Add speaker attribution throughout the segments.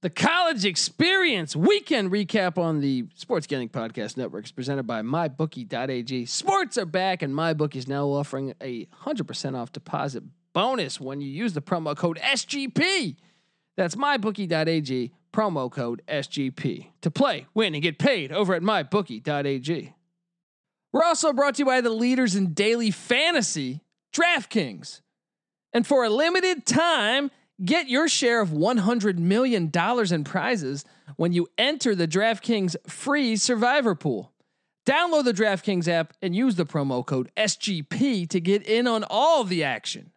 Speaker 1: The college experience weekend recap on the Sports Gambling Podcast Network is presented by MyBookie.ag. Sports are back, and MyBookie is now offering a 100% off deposit bonus when you use the promo code SGP. That's MyBookie.ag, promo code SGP to play, win, and get paid over at MyBookie.ag. We're also brought to you by the leaders in daily fantasy, DraftKings. And for a limited time, get your share of $100 million in prizes when you enter the DraftKings free survivor pool. Download the DraftKings app and use the promo code SGP to get in on all the action.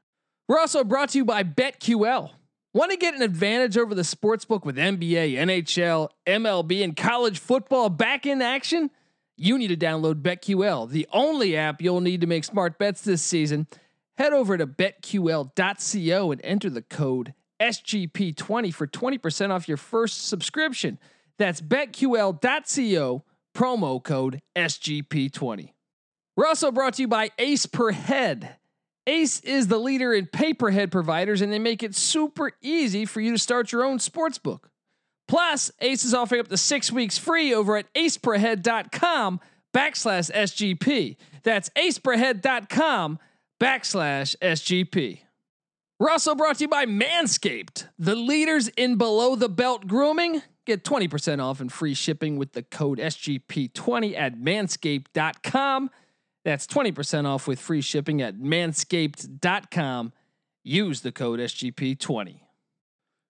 Speaker 1: We're also brought to you by BetQL. Want to get an advantage over the sportsbook with NBA, NHL, MLB, and college football back in action? You need to download BetQL, the only app you'll need to make smart bets this season. Head over to betql.co and enter the code SGP20 for 20% off your first subscription. That's betql.co, promo code SGP20. We're also brought to you by Ace Per Head. Ace is the leader in paperhead providers, and they make it super easy for you to start your own sports book. Plus, Ace is offering up to six weeks free over at aceperhead.com backslash SGP. That's aceperhead.com backslash SGP. We're also brought to you by Manscaped, the leaders in below the belt grooming. Get 20% off and free shipping with the code SGP20 at manscaped.com. That's 20% off with free shipping at manscaped.com. Use the code SGP20.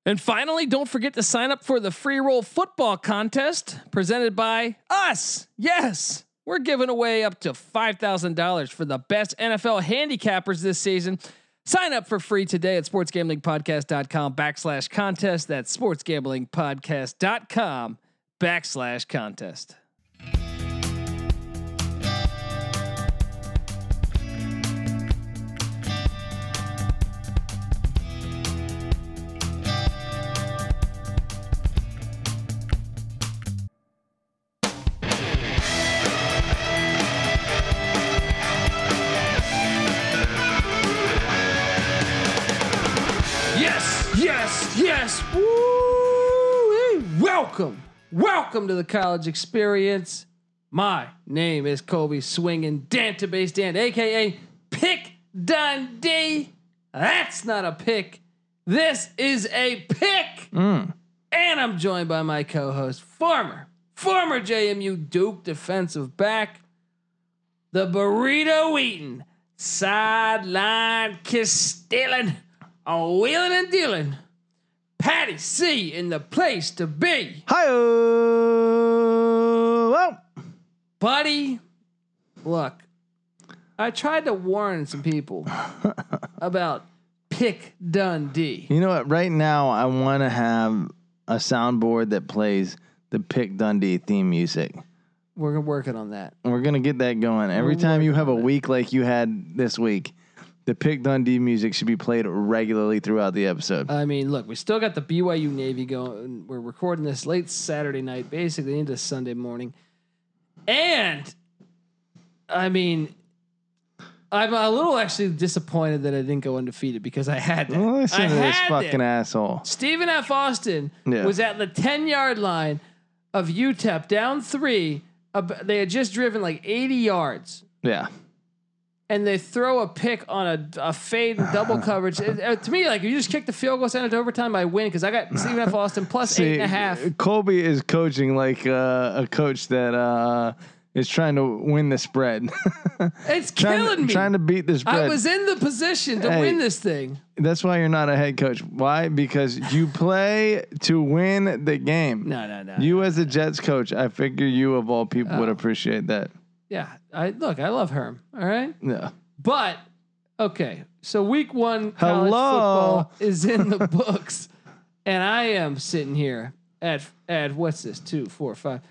Speaker 1: And finally, don't forget to sign up for the free roll football contest presented by us. Yes, we're giving away up to $5,000 for the best NFL handicappers this season. Sign up for free today at sportsgamblingpodcast.com backslash contest. That's sportsgamblingpodcast.com backslash contest. Yes, yes, yes. Woo! Welcome, welcome to the college experience. My name is Kobe Swinging Dantabase Dan, aka Pick Dundee. That's not a pick. This is a pick. And I'm joined by my co-host, former, former JMU Duke defensive back, the burrito eating, sideline kiss stealing, a wheeling and dealing. Patty C in the place to be.
Speaker 2: Hi, oh,
Speaker 1: Buddy, look, I tried to warn some people about Pick Dundee.
Speaker 2: you know what? Right now, I want to have a soundboard that plays the Pick Dundee theme music.
Speaker 1: We're working on that.
Speaker 2: And we're gonna get that going every time you have a week like you had this week. The Pick Dundee music should be played regularly throughout the episode.
Speaker 1: I mean, look, we still got the BYU Navy going. We're recording this late Saturday night, basically into Sunday morning. And I mean, I'm a little actually disappointed that I didn't go undefeated because I had that.
Speaker 2: Listen
Speaker 1: I
Speaker 2: to this
Speaker 1: had
Speaker 2: fucking
Speaker 1: that.
Speaker 2: asshole.
Speaker 1: Stephen F. Austin
Speaker 2: Yeah.
Speaker 1: was at the 10 yard line of UTEP down three. Ab- They had just driven like 80 yards
Speaker 2: Yeah,
Speaker 1: and they throw a pick on a, a fade and double coverage. It- uh, to me, like if you just kick the field goal, send it to overtime, I win because I got Stephen F. Austin plus eight and a half.
Speaker 2: uh, Colby is coaching like uh, a coach that uh, is trying to win the spread,
Speaker 1: It's
Speaker 2: trying,
Speaker 1: killing me.
Speaker 2: trying to beat the spread.
Speaker 1: I was in the position to
Speaker 2: Hey.
Speaker 1: win this thing.
Speaker 2: That's why you're not a head coach. Why? Because you play to win the game.
Speaker 1: No, no, no. Oh.
Speaker 2: You as a Jets coach, I figure you of all people would appreciate that.
Speaker 1: yeah, I look. I love Herm. All right,
Speaker 2: No.
Speaker 1: but okay. So week one college
Speaker 2: Hello?
Speaker 1: football is in the books, and I am sitting here at at what's this two, four, five,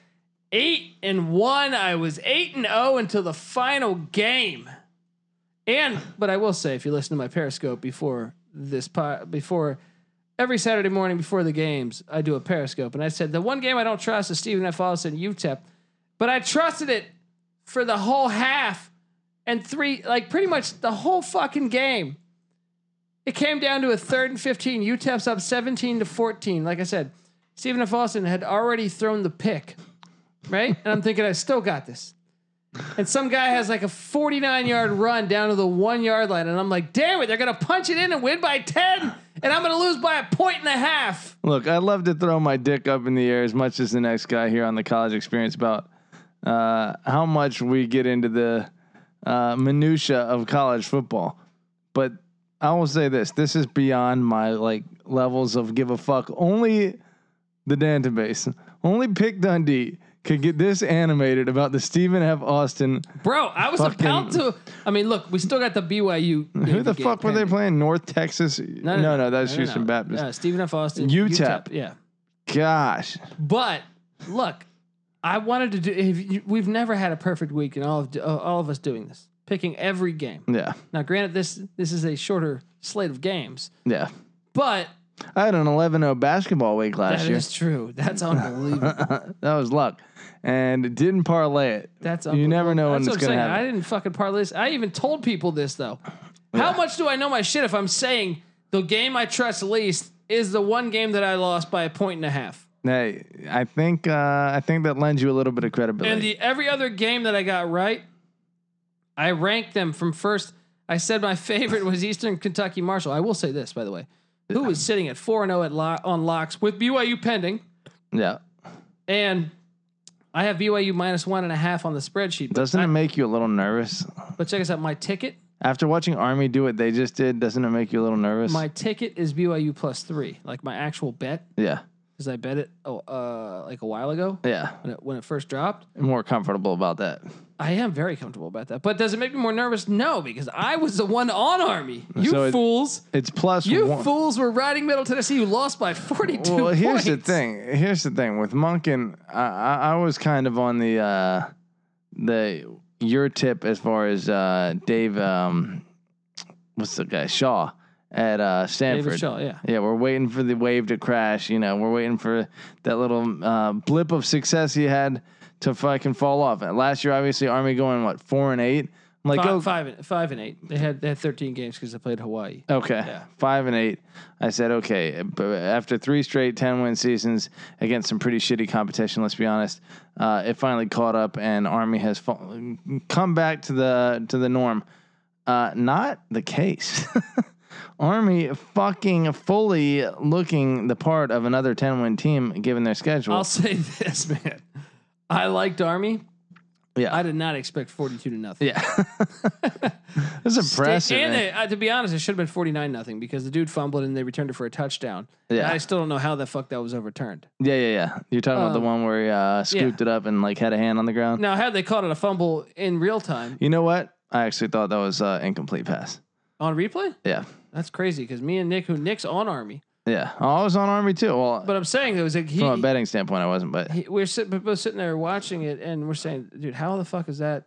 Speaker 1: eight and one. I was eight and zero until the final game. And but I will say, if you listen to my Periscope before this po- before every Saturday morning before the games, I do a Periscope, and I said the one game I don't trust is Stephen F. Austin UTEP, E but I trusted it for the whole half and three, like pretty much the whole fucking game. It came down to a third and fifteen. UTEP's up seventeen to fourteen. Like I said, Stephen F. Austin had already thrown the pick, right? And I'm thinking, I still got this. And some guy has like a 49 yard run down to the one yard line. And I'm like, damn it, they're going to punch it in and win by 10. And I'm going to lose by a point and a half.
Speaker 2: Look, I love to throw my dick up in the air as much as the next guy here on the college experience about uh, how much we get into the uh, minutia of college football. But I will say this: this is beyond my like levels of give a fuck. Only the database, only Pick Dundee could get this animated about the Stephen F. Austin.
Speaker 1: Bro, I was
Speaker 2: Fucking-
Speaker 1: about to. I mean, look, we still got the BYU.
Speaker 2: Who the fuck were they playing? North Texas? No, no, that's Houston Baptist.
Speaker 1: Uh, Stephen F. Austin.
Speaker 2: UTEP.
Speaker 1: Yeah.
Speaker 2: Gosh,
Speaker 1: But look, I wanted to do. If you, we've never had a perfect week in all of uh, all of us doing this, picking every game.
Speaker 2: yeah,
Speaker 1: Now, granted, this this is a shorter slate of games,
Speaker 2: yeah.
Speaker 1: but
Speaker 2: I had an 11-0 basketball week last
Speaker 1: that
Speaker 2: year.
Speaker 1: is true. That's unbelievable.
Speaker 2: that was luck, and it didn't parlay it.
Speaker 1: That's
Speaker 2: you never know when
Speaker 1: That's
Speaker 2: it's
Speaker 1: what I'm
Speaker 2: gonna
Speaker 1: saying. I
Speaker 2: happen.
Speaker 1: didn't fucking parlay this. I even told people this though. How much do I know my shit if I'm saying the game I trust least is the one game that I lost by a point and a half?
Speaker 2: Hey, I think uh, I think that lends you a little bit of credibility.
Speaker 1: And the every other game that I got right, I ranked them from first. I said my favorite was Eastern Kentucky Marshall. I will say this, by the way, who is sitting at four and zero at lo- on locks with BYU pending,
Speaker 2: yeah,
Speaker 1: and I have BYU minus one and a half on the spreadsheet. But,
Speaker 2: doesn't it make you a little nervous
Speaker 1: but check this out, my ticket,
Speaker 2: after watching Army do what they just did? Doesn't it make you a little nervous?
Speaker 1: my ticket is BYU plus three, like my actual bet,
Speaker 2: yeah,
Speaker 1: because I bet it oh, uh, like a while ago
Speaker 2: yeah,
Speaker 1: when it when it first dropped.
Speaker 2: more comfortable about that.
Speaker 1: I am very comfortable about that. But does it make me more nervous? No, because I was the one on Army. You
Speaker 2: So it-
Speaker 1: fools.
Speaker 2: It's plus
Speaker 1: You
Speaker 2: one.
Speaker 1: fools were riding Middle Tennessee. You lost by 42
Speaker 2: well,
Speaker 1: points.
Speaker 2: here's the thing. Here's the thing with Monken. I, I, I was kind of on the uh, the your tip as far as uh, Dave. Um, what's the guy Shaw at uh, Stanford?
Speaker 1: David Shaw, yeah.
Speaker 2: Yeah, we're waiting for the wave to crash. You know, we're waiting for that little uh, blip of success he had to fucking fall off. And last year, obviously, Army going what four and eight. I'm like,
Speaker 1: Five,
Speaker 2: oh,
Speaker 1: five and, five and eight. They had they had 13 games because they played Hawaii.
Speaker 2: Okay.
Speaker 1: Yeah.
Speaker 2: Five and eight. I said, okay, but after three straight 10 win seasons against some pretty shitty competition, let's be honest, uh, it finally caught up and Army has fa- come back to the, to the norm. Uh, not the case. Army fucking fully looking the part of another 10 win team given their schedule.
Speaker 1: I'll say this, man. I liked Army.
Speaker 2: Yeah.
Speaker 1: I did not expect 42 to nothing.
Speaker 2: yeah. That's impressive.
Speaker 1: And
Speaker 2: man.
Speaker 1: they, uh, to be honest, it should have been 49 nothing because the dude fumbled and they returned it for a touchdown.
Speaker 2: Yeah.
Speaker 1: And I still don't know how the fuck that was overturned.
Speaker 2: yeah, yeah, yeah. You're talking about the
Speaker 1: Um,
Speaker 2: one where he uh, scooped it up and like had a hand on the ground?
Speaker 1: Now, had they called it a fumble in real time
Speaker 2: You know what? I actually thought that was uh, incomplete pass.
Speaker 1: on replay,
Speaker 2: Yeah,
Speaker 1: that's crazy because me and Nick, who Nick's on Army,
Speaker 2: yeah. Oh, I was on Army too. Well,
Speaker 1: but I'm saying it was like he,
Speaker 2: from a betting standpoint, I wasn't, but
Speaker 1: he, we're sit, we're both sitting there watching it, and we're saying, "Dude, how the fuck is that?"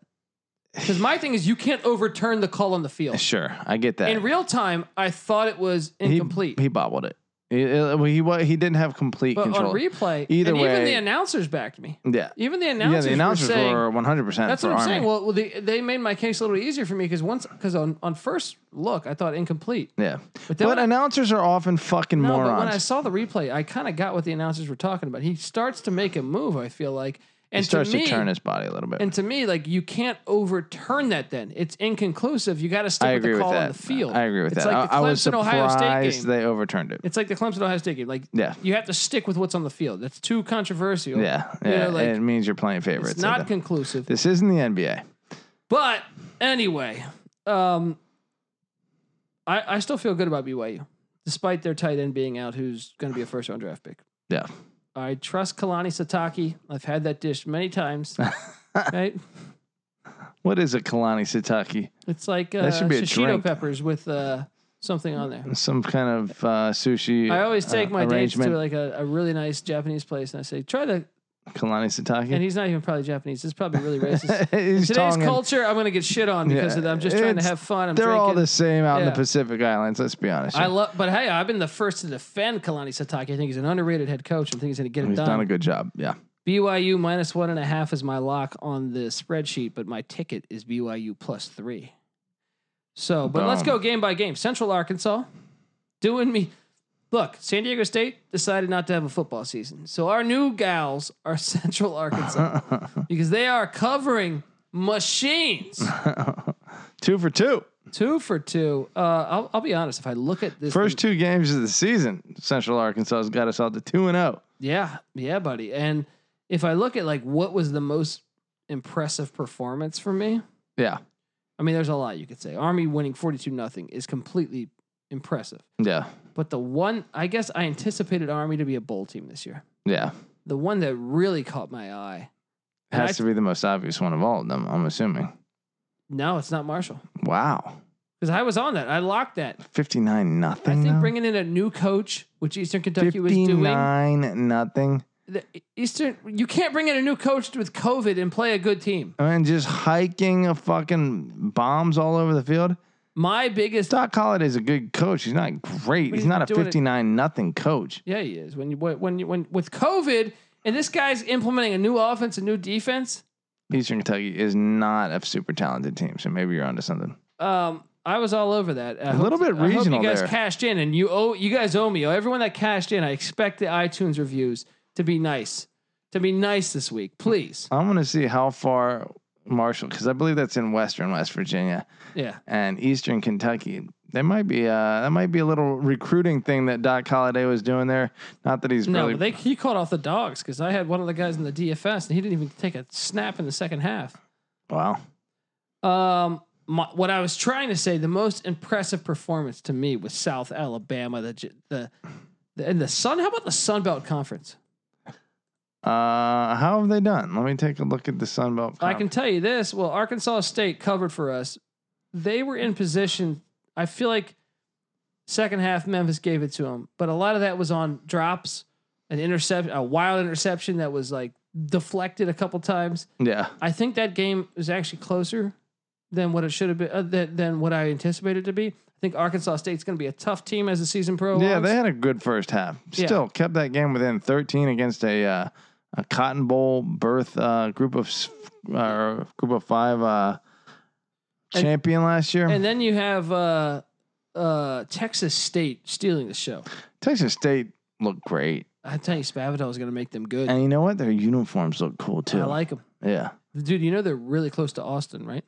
Speaker 1: Because my thing is, you can't overturn the call on the field
Speaker 2: sure, I get that.
Speaker 1: in real time. I thought it was
Speaker 2: he,
Speaker 1: incomplete,
Speaker 2: He bobbled it. He, it- well, he wa- he didn't have complete
Speaker 1: but
Speaker 2: control.
Speaker 1: on replay,
Speaker 2: Either
Speaker 1: and even
Speaker 2: way-
Speaker 1: the announcers backed me.
Speaker 2: yeah,
Speaker 1: Even the
Speaker 2: yeah.
Speaker 1: announcers,
Speaker 2: The announcers
Speaker 1: were saying,
Speaker 2: were 100 percent.
Speaker 1: "That's what I'm saying." Well, well they, they made my case a little easier for me because once, because on on first look, I thought incomplete.
Speaker 2: yeah,
Speaker 1: But
Speaker 2: but,
Speaker 1: then when I-
Speaker 2: announcers are often fucking
Speaker 1: No,
Speaker 2: morons.
Speaker 1: but when I saw the replay, I kind of got what the announcers were talking about. He starts to make a move. I feel like, and
Speaker 2: he starts
Speaker 1: to,
Speaker 2: to,
Speaker 1: me,
Speaker 2: turn his body a little bit.
Speaker 1: And to me, like you can't overturn that. Then it's inconclusive. You got to stick
Speaker 2: I
Speaker 1: with
Speaker 2: agree
Speaker 1: the
Speaker 2: with
Speaker 1: call on
Speaker 2: that.
Speaker 1: the field.
Speaker 2: I agree with
Speaker 1: it's
Speaker 2: that.
Speaker 1: Like the
Speaker 2: I,
Speaker 1: Clemson
Speaker 2: I was surprised
Speaker 1: Ohio State game.
Speaker 2: they overturned it.
Speaker 1: it's like the Clemson Ohio State game. Like
Speaker 2: Yeah.
Speaker 1: you have to stick with what's on the field. That's too controversial.
Speaker 2: Yeah,
Speaker 1: You
Speaker 2: yeah.
Speaker 1: know, like,
Speaker 2: it means you're playing favorites.
Speaker 1: it's not
Speaker 2: It-
Speaker 1: conclusive.
Speaker 2: this isn't the NBA.
Speaker 1: But anyway, um, I I still feel good about BYU despite their tight end being out, who's going to be a first round draft pick.
Speaker 2: Yeah.
Speaker 1: I trust Kalani Sataki. I've had that dish many times. right?
Speaker 2: What is a Kalani Sitaki?
Speaker 1: It's like uh,
Speaker 2: That should be a
Speaker 1: shishito
Speaker 2: drink.
Speaker 1: peppers with uh, something on there.
Speaker 2: some kind of uh, sushi.
Speaker 1: I always take
Speaker 2: uh,
Speaker 1: my dates to
Speaker 2: arrangement.
Speaker 1: like a, a really nice Japanese place and I say, try the,
Speaker 2: Kalani Sataki.
Speaker 1: and he's not even probably Japanese. It's probably really racist.
Speaker 2: He's
Speaker 1: Today's
Speaker 2: Tongan.
Speaker 1: culture, I'm going to get shit on because
Speaker 2: Yeah,
Speaker 1: of that. I'm just trying to
Speaker 2: it's-
Speaker 1: have fun. I'm
Speaker 2: They're
Speaker 1: drinking.
Speaker 2: all the same out in
Speaker 1: Yeah.
Speaker 2: the Pacific Islands. Let's be honest.
Speaker 1: I love, but hey, I've been the first to defend Kalani Sataki. I think he's an underrated head coach. I think he's going to get it
Speaker 2: He's
Speaker 1: done.
Speaker 2: done. a good job. Yeah.
Speaker 1: BYU minus one and a half is my lock on the spreadsheet, but my ticket is BYU plus three. So, but let's
Speaker 2: Boom.
Speaker 1: go game by game. Central Arkansas doing me Look, San Diego State decided not to have a football season. So our new gals are Central Arkansas because they are covering machines.
Speaker 2: Two for two.
Speaker 1: two for two. Uh, I'll, I'll be honest. If I look at this
Speaker 2: First two games of the season, Central Arkansas has got us out to two and oh. zero.
Speaker 1: Yeah, yeah, buddy. And if I look at like what was the most impressive performance for me,
Speaker 2: Yeah,
Speaker 1: I mean, there's a lot you could say. Army winning 42 nothing is completely impressive.
Speaker 2: yeah,
Speaker 1: But the one, I guess I anticipated Army to be a bowl team this year.
Speaker 2: yeah.
Speaker 1: The one that really caught my eye. and
Speaker 2: Has
Speaker 1: I-
Speaker 2: to be the most obvious one of all of them. I'm assuming.
Speaker 1: No, it's not Marshall.
Speaker 2: Wow,
Speaker 1: Because I was on that. I locked that.
Speaker 2: fifty nine
Speaker 1: I
Speaker 2: nothing.
Speaker 1: think
Speaker 2: though?
Speaker 1: bringing in a new coach, which Eastern Kentucky was doing.
Speaker 2: 59 nothing
Speaker 1: The Eastern, you can't bring in a new coach with COVID and play a good team.
Speaker 2: and just hiking a fucking bombs all over the field.
Speaker 1: My biggest
Speaker 2: Doc Holliday's a good coach. He's not great.
Speaker 1: But
Speaker 2: He's
Speaker 1: he's
Speaker 2: not
Speaker 1: been
Speaker 2: a
Speaker 1: doing it-
Speaker 2: 59 nothing coach.
Speaker 1: Yeah, he is. When you when you when with COVID and this guy's implementing a new offense, a new defense.
Speaker 2: Eastern Kentucky is not a super talented team, so maybe you're onto something.
Speaker 1: Um, I was all over that. A
Speaker 2: little bit
Speaker 1: I
Speaker 2: regional
Speaker 1: hope you guys
Speaker 2: there.
Speaker 1: cashed in, and you owe you guys owe me. Everyone that cashed in, I expect the iTunes reviews to be nice, to be nice this week, please.
Speaker 2: I'm going to see how far Marshall, because I believe that's in Western West Virginia
Speaker 1: Yeah,
Speaker 2: and Eastern Kentucky. There might be uh that might be a little recruiting thing that Doc Holliday was doing there. Not that he's
Speaker 1: no,
Speaker 2: really
Speaker 1: but they he called off the dogs because I had one of the guys in the DFS, and he didn't even take a snap in the second half.
Speaker 2: wow.
Speaker 1: Um, my, what I was trying to say, the most impressive performance to me was South Alabama, the J- the, the and the Sun. How about the Sun Belt Conference?
Speaker 2: Uh, how have they done? Let me take a look at the Sun Belt.
Speaker 1: I can tell you this. Well, Arkansas State covered for us. They were in position. I feel like second half Memphis gave it to them, but a lot of that was on drops, an interception, a wild interception that was like deflected a couple times.
Speaker 2: Yeah.
Speaker 1: I think that game was actually closer than what it should have been, uh, than, than what I anticipated it to be. I think Arkansas State's going to be a tough team as the season prolongs.
Speaker 2: Yeah, they had a good first half.
Speaker 1: Yeah.
Speaker 2: Still kept that game within 13 against a uh, a Cotton Bowl berth uh, group of s- uh, group of five uh,
Speaker 1: And-
Speaker 2: champion last year.
Speaker 1: and then you have uh, uh, Texas State stealing the show.
Speaker 2: Texas State looked great,
Speaker 1: I tell you, Spavital is going to make them good.
Speaker 2: and you know what? Their uniforms look cool too.
Speaker 1: I like them,
Speaker 2: yeah,
Speaker 1: dude. You know they're really close to Austin, right?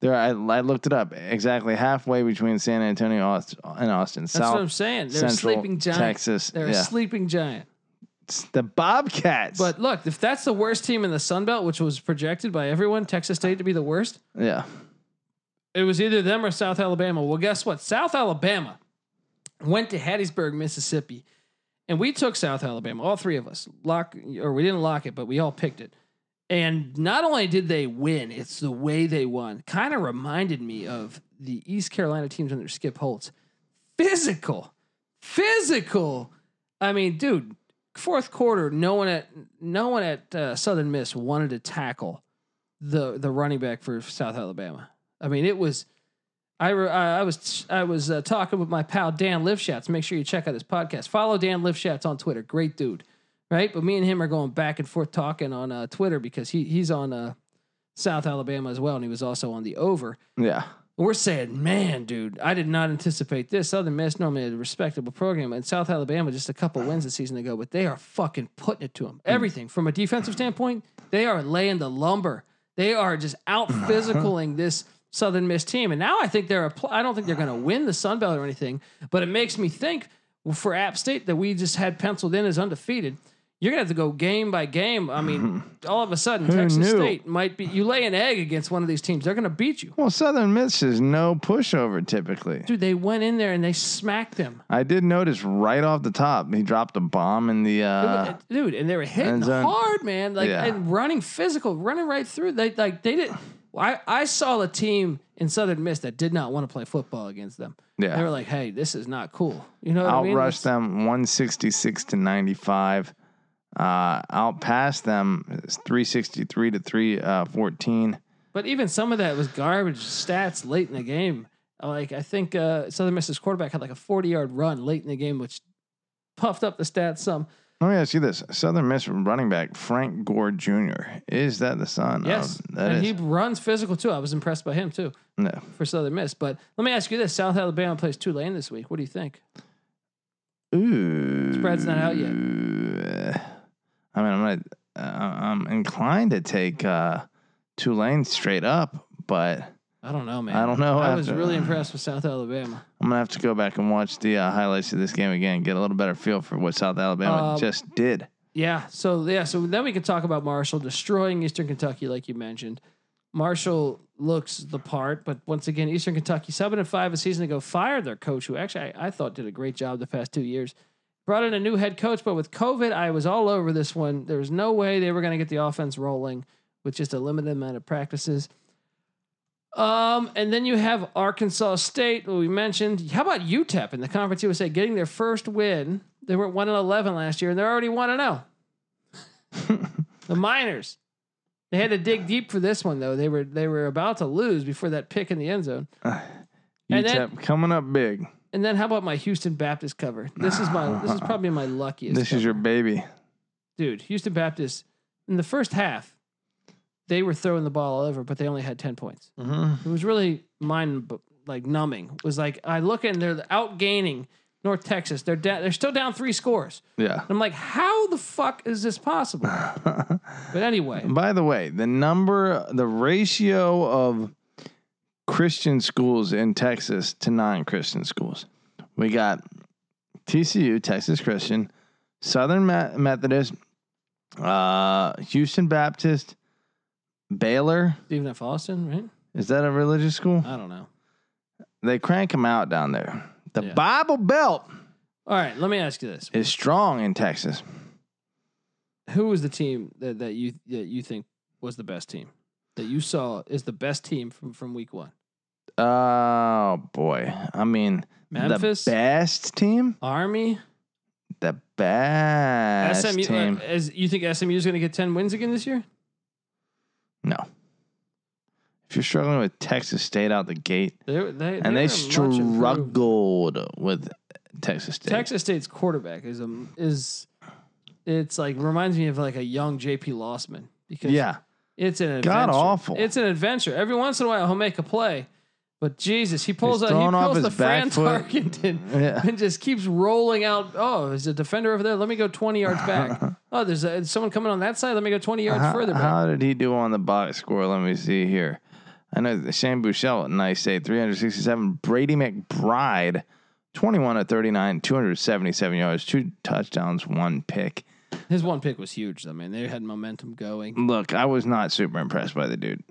Speaker 2: they're I, I looked it up exactly halfway between San Antonio Aust- and Austin,
Speaker 1: That's what I'm
Speaker 2: South
Speaker 1: saying. They're
Speaker 2: Central
Speaker 1: a sleeping giant.
Speaker 2: Texas.
Speaker 1: They're
Speaker 2: yeah,
Speaker 1: a sleeping giant.
Speaker 2: It's the Bobcats.
Speaker 1: But look, if that's the worst team in the Sun Belt, which was projected by everyone, Texas State to be the worst,
Speaker 2: yeah,
Speaker 1: it was either them or South Alabama. Well, guess what? South Alabama went to Hattiesburg, Mississippi, and we took South Alabama. All three of us lock, or we didn't lock it, but we all picked it. And not only did they win, it's the way they won. Kind of reminded me of the East Carolina teams under Skip Holtz. Physical, physical. I mean, dude, fourth quarter, no one at no one at uh, Southern Miss wanted to tackle the the running back for South Alabama. I mean, it was. I re, I I was I was uh, talking with my pal Dan Lifshatz. Make sure you check out his podcast. Follow Dan Lifshatz on Twitter. Great dude, right? But me and him are going back and forth talking on uh, Twitter because he he's on uh, South Alabama as well, and he was also on the over.
Speaker 2: yeah.
Speaker 1: We're saying, man, dude, I did not anticipate this. Southern Miss normally a respectable program, and South Alabama just a couple wins a season ago, but they are fucking putting it to them. Everything from a defensive standpoint, they are laying the lumber. They are just out physicaling this Southern Miss team, and now I think they're. A pl- I don't think they're going to win the Sun Belt or anything, but it makes me think for App State that we just had penciled in as undefeated. You're gonna have to go game by game. I mean, all of a sudden, Texas
Speaker 2: knew?
Speaker 1: State might be. You lay an egg against one of these teams, they're gonna beat you.
Speaker 2: Well, Southern Miss is no pushover typically.
Speaker 1: Dude, they went in there and they smacked them.
Speaker 2: I did notice right off the top, he dropped a bomb in the. Uh,
Speaker 1: Dude, and they were hitting
Speaker 2: and zone.
Speaker 1: hard, man. Like
Speaker 2: Yeah.
Speaker 1: and running physical, running right through. They like they did. I I saw a team in Southern Miss that did not want to play football against them.
Speaker 2: Yeah.
Speaker 1: They were like, "Hey, this is not cool." You know what I mean?
Speaker 2: outrushed them 166 to 95. Uh, outpassed them 363 to uh, 314.
Speaker 1: But even some of that was garbage stats late in the game. Like I think uh, Southern Miss's quarterback had like a 40-yard run late in the game which puffed up the stats some.
Speaker 2: Let me ask you this Southern Miss running back Frank Gore Jr. Is that the son?
Speaker 1: Yes.
Speaker 2: Of, Oh, that
Speaker 1: and
Speaker 2: is.
Speaker 1: he runs physical too. I was impressed by him too.
Speaker 2: no.
Speaker 1: for Southern Miss. But let me ask you this: South Alabama plays Tulane this week. What do you think?
Speaker 2: Ooh.
Speaker 1: Spread's not out yet.
Speaker 2: I mean, I'm not. Uh, I'm inclined to take uh, Tulane straight up, but
Speaker 1: I don't know, man.
Speaker 2: I don't know.
Speaker 1: I was
Speaker 2: after-
Speaker 1: really impressed with South Alabama.
Speaker 2: I'm gonna have to go back and watch the uh, highlights of this game again, get a little better feel for what South Alabama
Speaker 1: Um,
Speaker 2: just did.
Speaker 1: Yeah. So yeah. So then we can talk about Marshall destroying Eastern Kentucky, like you mentioned. Marshall looks the part, but once again, Eastern Kentucky seven and five a season ago fired their coach, who actually I, I thought did a great job the past two years. Brought in a new head coach, but with COVID, I was all over this one. There was no way they were going to get the offense rolling with just a limited amount of practices. Um, and then you have Arkansas State, who we mentioned. How about UTEP in the Conference USA getting their first win? They were one and eleven last year, and they're already one and zero. The Miners. They had to dig deep for this one though. They were they were about to lose before that pick in the end zone. and
Speaker 2: UTEP
Speaker 1: then-
Speaker 2: E coming up big.
Speaker 1: And then how about my Houston Baptist cover? This is my this is probably my luckiest.
Speaker 2: This is your baby.
Speaker 1: dude. Houston Baptist in the first half, they were throwing the ball all over, but they only had ten points.
Speaker 2: Mm-hmm.
Speaker 1: It was really mind b- like numbing. It was like I look and they're outgaining North Texas. They're down. They're still down three scores.
Speaker 2: Yeah.
Speaker 1: I'm like, how the fuck is this possible? but anyway,
Speaker 2: By the way, the number, the ratio of Christian schools in Texas to non-Christian schools. We got TCU, Texas Christian, Southern Me- Methodist, uh, Houston Baptist, Baylor.
Speaker 1: Stephen F. Austin, right?
Speaker 2: Is that a religious school?
Speaker 1: I don't know.
Speaker 2: They crank them out down there. The
Speaker 1: Yeah.
Speaker 2: Bible Belt
Speaker 1: All right, let me ask you this:
Speaker 2: is strong in Texas.
Speaker 1: Who was the team that, that you that you think was the best team that you saw is the best team from from week one?
Speaker 2: Oh boy! I mean,
Speaker 1: Memphis?
Speaker 2: the best team,
Speaker 1: Army,
Speaker 2: the best
Speaker 1: SMU. uh,
Speaker 2: team.
Speaker 1: As you think SMU is going to get ten wins again this year?
Speaker 2: No, if you're struggling with Texas State out the gate,
Speaker 1: They they, they
Speaker 2: and they
Speaker 1: were much improved.
Speaker 2: struggled with Texas State.
Speaker 1: Texas State's quarterback is um is it's like reminds me of like a young JP Lossman because
Speaker 2: yeah,
Speaker 1: it's an adventure.
Speaker 2: God awful.
Speaker 1: It's an adventure. Every once in a while he'll make a play, but Jesus, he pulls
Speaker 2: He's
Speaker 1: out he
Speaker 2: throwing off
Speaker 1: pulls
Speaker 2: his
Speaker 1: the Fran
Speaker 2: back foot.
Speaker 1: Tarkenton
Speaker 2: Yeah.
Speaker 1: and just keeps rolling out. Oh, there's a defender over there. Let me go twenty yards back. oh, there's a, someone coming on that side. Let me go twenty yards
Speaker 2: how,
Speaker 1: further back.
Speaker 2: how did he do on the box score? Let me see here. I know that Shane Bouchel, nice day, 367. Brady McBride, 21 of 39, 277 yards, two touchdowns, one pick.
Speaker 1: His one pick was huge though, man. They had momentum going.
Speaker 2: Look, I was not super impressed by the dude.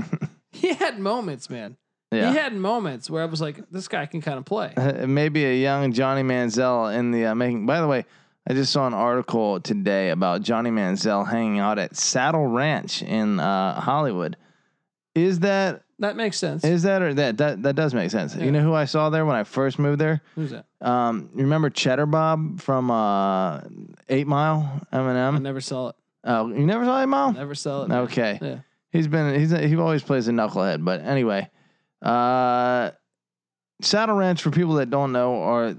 Speaker 1: He had moments, man. He
Speaker 2: Yeah.
Speaker 1: had moments where I was like, this guy can kind of play.
Speaker 2: Uh, Maybe a young Johnny Manziel in the uh, making. By the way, I just saw an article today about Johnny Manziel hanging out at Saddle Ranch in uh, Hollywood. Is that
Speaker 1: That makes sense.
Speaker 2: Is that or that that that does make sense?
Speaker 1: Yeah.
Speaker 2: You know who I saw there when I first moved there?
Speaker 1: Who's that?
Speaker 2: Um, you remember Cheddar Bob from uh, Eight Mile,
Speaker 1: I
Speaker 2: Eminem?
Speaker 1: never saw it.
Speaker 2: Oh, you never saw Eight Mile?
Speaker 1: Never saw it. man.
Speaker 2: Okay,
Speaker 1: Yeah.
Speaker 2: he's been he's he always plays a knucklehead, but anyway, uh, Saddle Ranch for people that don't know, or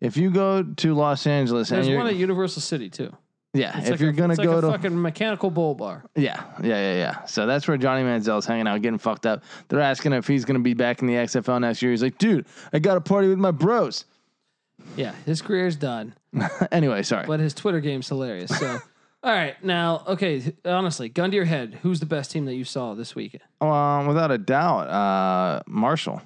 Speaker 2: if you go to Los Angeles
Speaker 1: There's
Speaker 2: and you're
Speaker 1: one at Universal City too.
Speaker 2: yeah,
Speaker 1: It's
Speaker 2: if
Speaker 1: like
Speaker 2: you're
Speaker 1: a,
Speaker 2: gonna
Speaker 1: it's
Speaker 2: go
Speaker 1: like a
Speaker 2: to
Speaker 1: fucking mechanical bull bar.
Speaker 2: Yeah, yeah, yeah, yeah. So that's where Johnny Manziel's hanging out, getting fucked up. They're asking if he's going to be back in the XFL next year. He's like, dude, I got a party with my bros.
Speaker 1: Yeah, his career's done,
Speaker 2: anyway, sorry.
Speaker 1: but his Twitter game's hilarious. So, all right, now, okay, honestly, gun to your head, who's the best team that you saw this weekend?
Speaker 2: Um, without a doubt, uh, Marshall.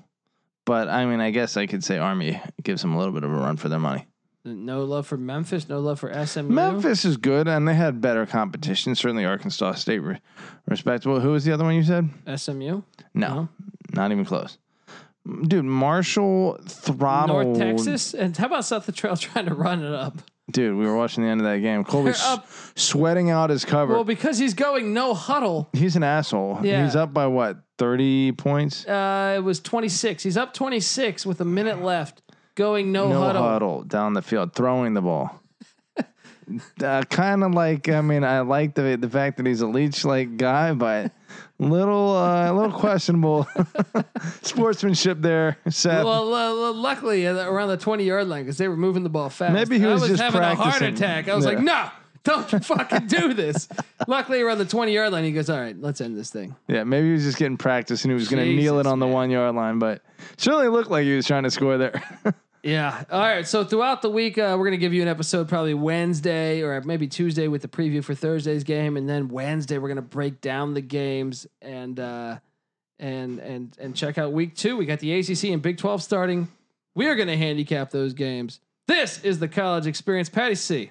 Speaker 2: But I mean, I guess I could say Army gives them a little bit of a run for their money.
Speaker 1: No love for Memphis, no love for SMU.
Speaker 2: Memphis is good, and they had better competition. Certainly, Arkansas State re- respectable. Who was the other one you said?
Speaker 1: SMU,
Speaker 2: No,
Speaker 1: No.
Speaker 2: not even close. Dude, Marshall throttled.
Speaker 1: North Texas, and how about South the Trail trying to run it up?
Speaker 2: Dude, we were watching the end of that game. Colby
Speaker 1: They're up.
Speaker 2: s- sweating out his cover.
Speaker 1: Well, because he's going no huddle.
Speaker 2: He's an asshole.
Speaker 1: Yeah.
Speaker 2: He's up by what, 30 points?
Speaker 1: Uh, it was 26. He's up 26 with a minute left, going no,
Speaker 2: No huddle.
Speaker 1: huddle.
Speaker 2: down the field, throwing the ball. uh, kind of like, I mean, I like the the fact that he's a leech like guy, but little uh, a little questionable sportsmanship there, Seth.
Speaker 1: Well, uh, luckily uh, around the twenty yard line because they were moving the ball fast.
Speaker 2: Maybe he was
Speaker 1: I was
Speaker 2: just
Speaker 1: having a heart
Speaker 2: practicing.
Speaker 1: attack. I was
Speaker 2: Yeah.
Speaker 1: like, no, don't you fucking do this. luckily around the twenty yard line, he goes, all right, let's end this thing.
Speaker 2: yeah, maybe he was just getting practice and he was going to kneel it
Speaker 1: Jesus,
Speaker 2: on the
Speaker 1: man.
Speaker 2: one yard line, but certainly looked like he was trying to score there.
Speaker 1: Yeah. All right. So throughout the week, uh, we're going to give you an episode probably Wednesday or maybe Tuesday with the preview for Thursday's game, and then Wednesday we're going to break down the games and uh, and and and check out week two. We got the ACC and Big Twelve starting. We are going to handicap those games. This is the college experience, Patty C.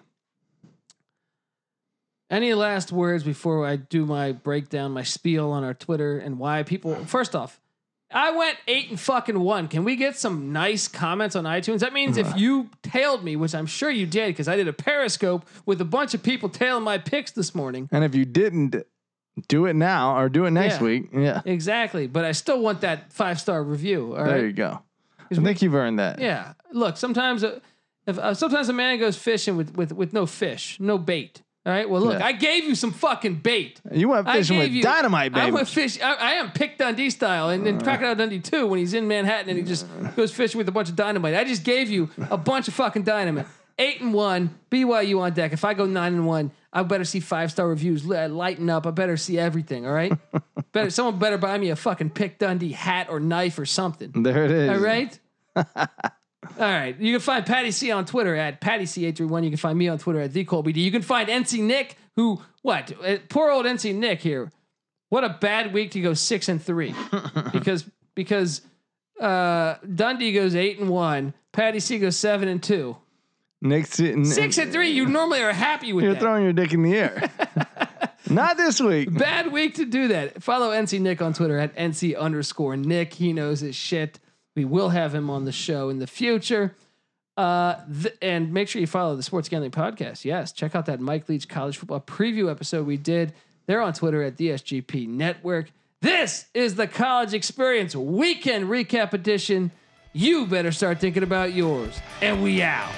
Speaker 1: Any last words before I do my breakdown, my spiel on our Twitter and why people? First off, I went eight and fucking one. Can we get some nice comments on iTunes? That means if you tailed me, which I'm sure you did, because I did a Periscope with a bunch of people tailing my picks this morning.
Speaker 2: And if you didn't do it now or do it next
Speaker 1: Yeah.
Speaker 2: week, yeah,
Speaker 1: Exactly, but I still want that five star review. All
Speaker 2: there
Speaker 1: right.
Speaker 2: you go. I think you've earned that.
Speaker 1: Yeah. Look, sometimes uh, if, uh, sometimes a man goes fishing with with with no fish, no bait. All right. Well, look,
Speaker 2: Yeah.
Speaker 1: I gave you some fucking bait.
Speaker 2: You went
Speaker 1: I
Speaker 2: fishing
Speaker 1: gave
Speaker 2: with
Speaker 1: you-
Speaker 2: dynamite,
Speaker 1: I
Speaker 2: baby.
Speaker 1: went fish. I, I am Pick Dundee style, and then Crocodile Dundee too. When he's in Manhattan and he just goes fishing with a bunch of dynamite. I just gave you a bunch of fucking dynamite. Eight and one, BYU on deck. If I go nine and one, I better see five star reviews. li- Lighten up. I better see everything. All right. better someone better buy me a fucking Pick Dundee hat or knife or something.
Speaker 2: there it is.
Speaker 1: All right. All right. You can find Patty C on Twitter at PattyC831. You can find me on Twitter at TheColbyD. You can find NC Nick, who, what? Uh, Poor old NC Nick here. What a bad week to go six and three because, because uh, Dundee goes eight and one. Patty C goes seven and two.
Speaker 2: Nick's
Speaker 1: Six and three, you normally are happy with
Speaker 2: You're
Speaker 1: that.
Speaker 2: throwing your dick in the air. Not this week.
Speaker 1: Bad week to do that. Follow NC Nick on Twitter at NC underscore Nick. He knows his shit. We will have him on the show in the future. Uh, th- and make sure you follow the Sports Gambling Podcast. Yes, check out that Mike Leach college football preview episode we did. They're on Twitter at the SGP Network. This is the College Experience Weekend Recap Edition. You better start thinking about yours. And we out.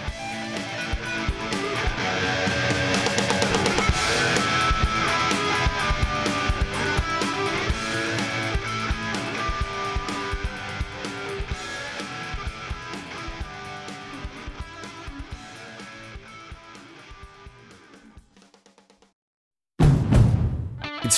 Speaker 3: It's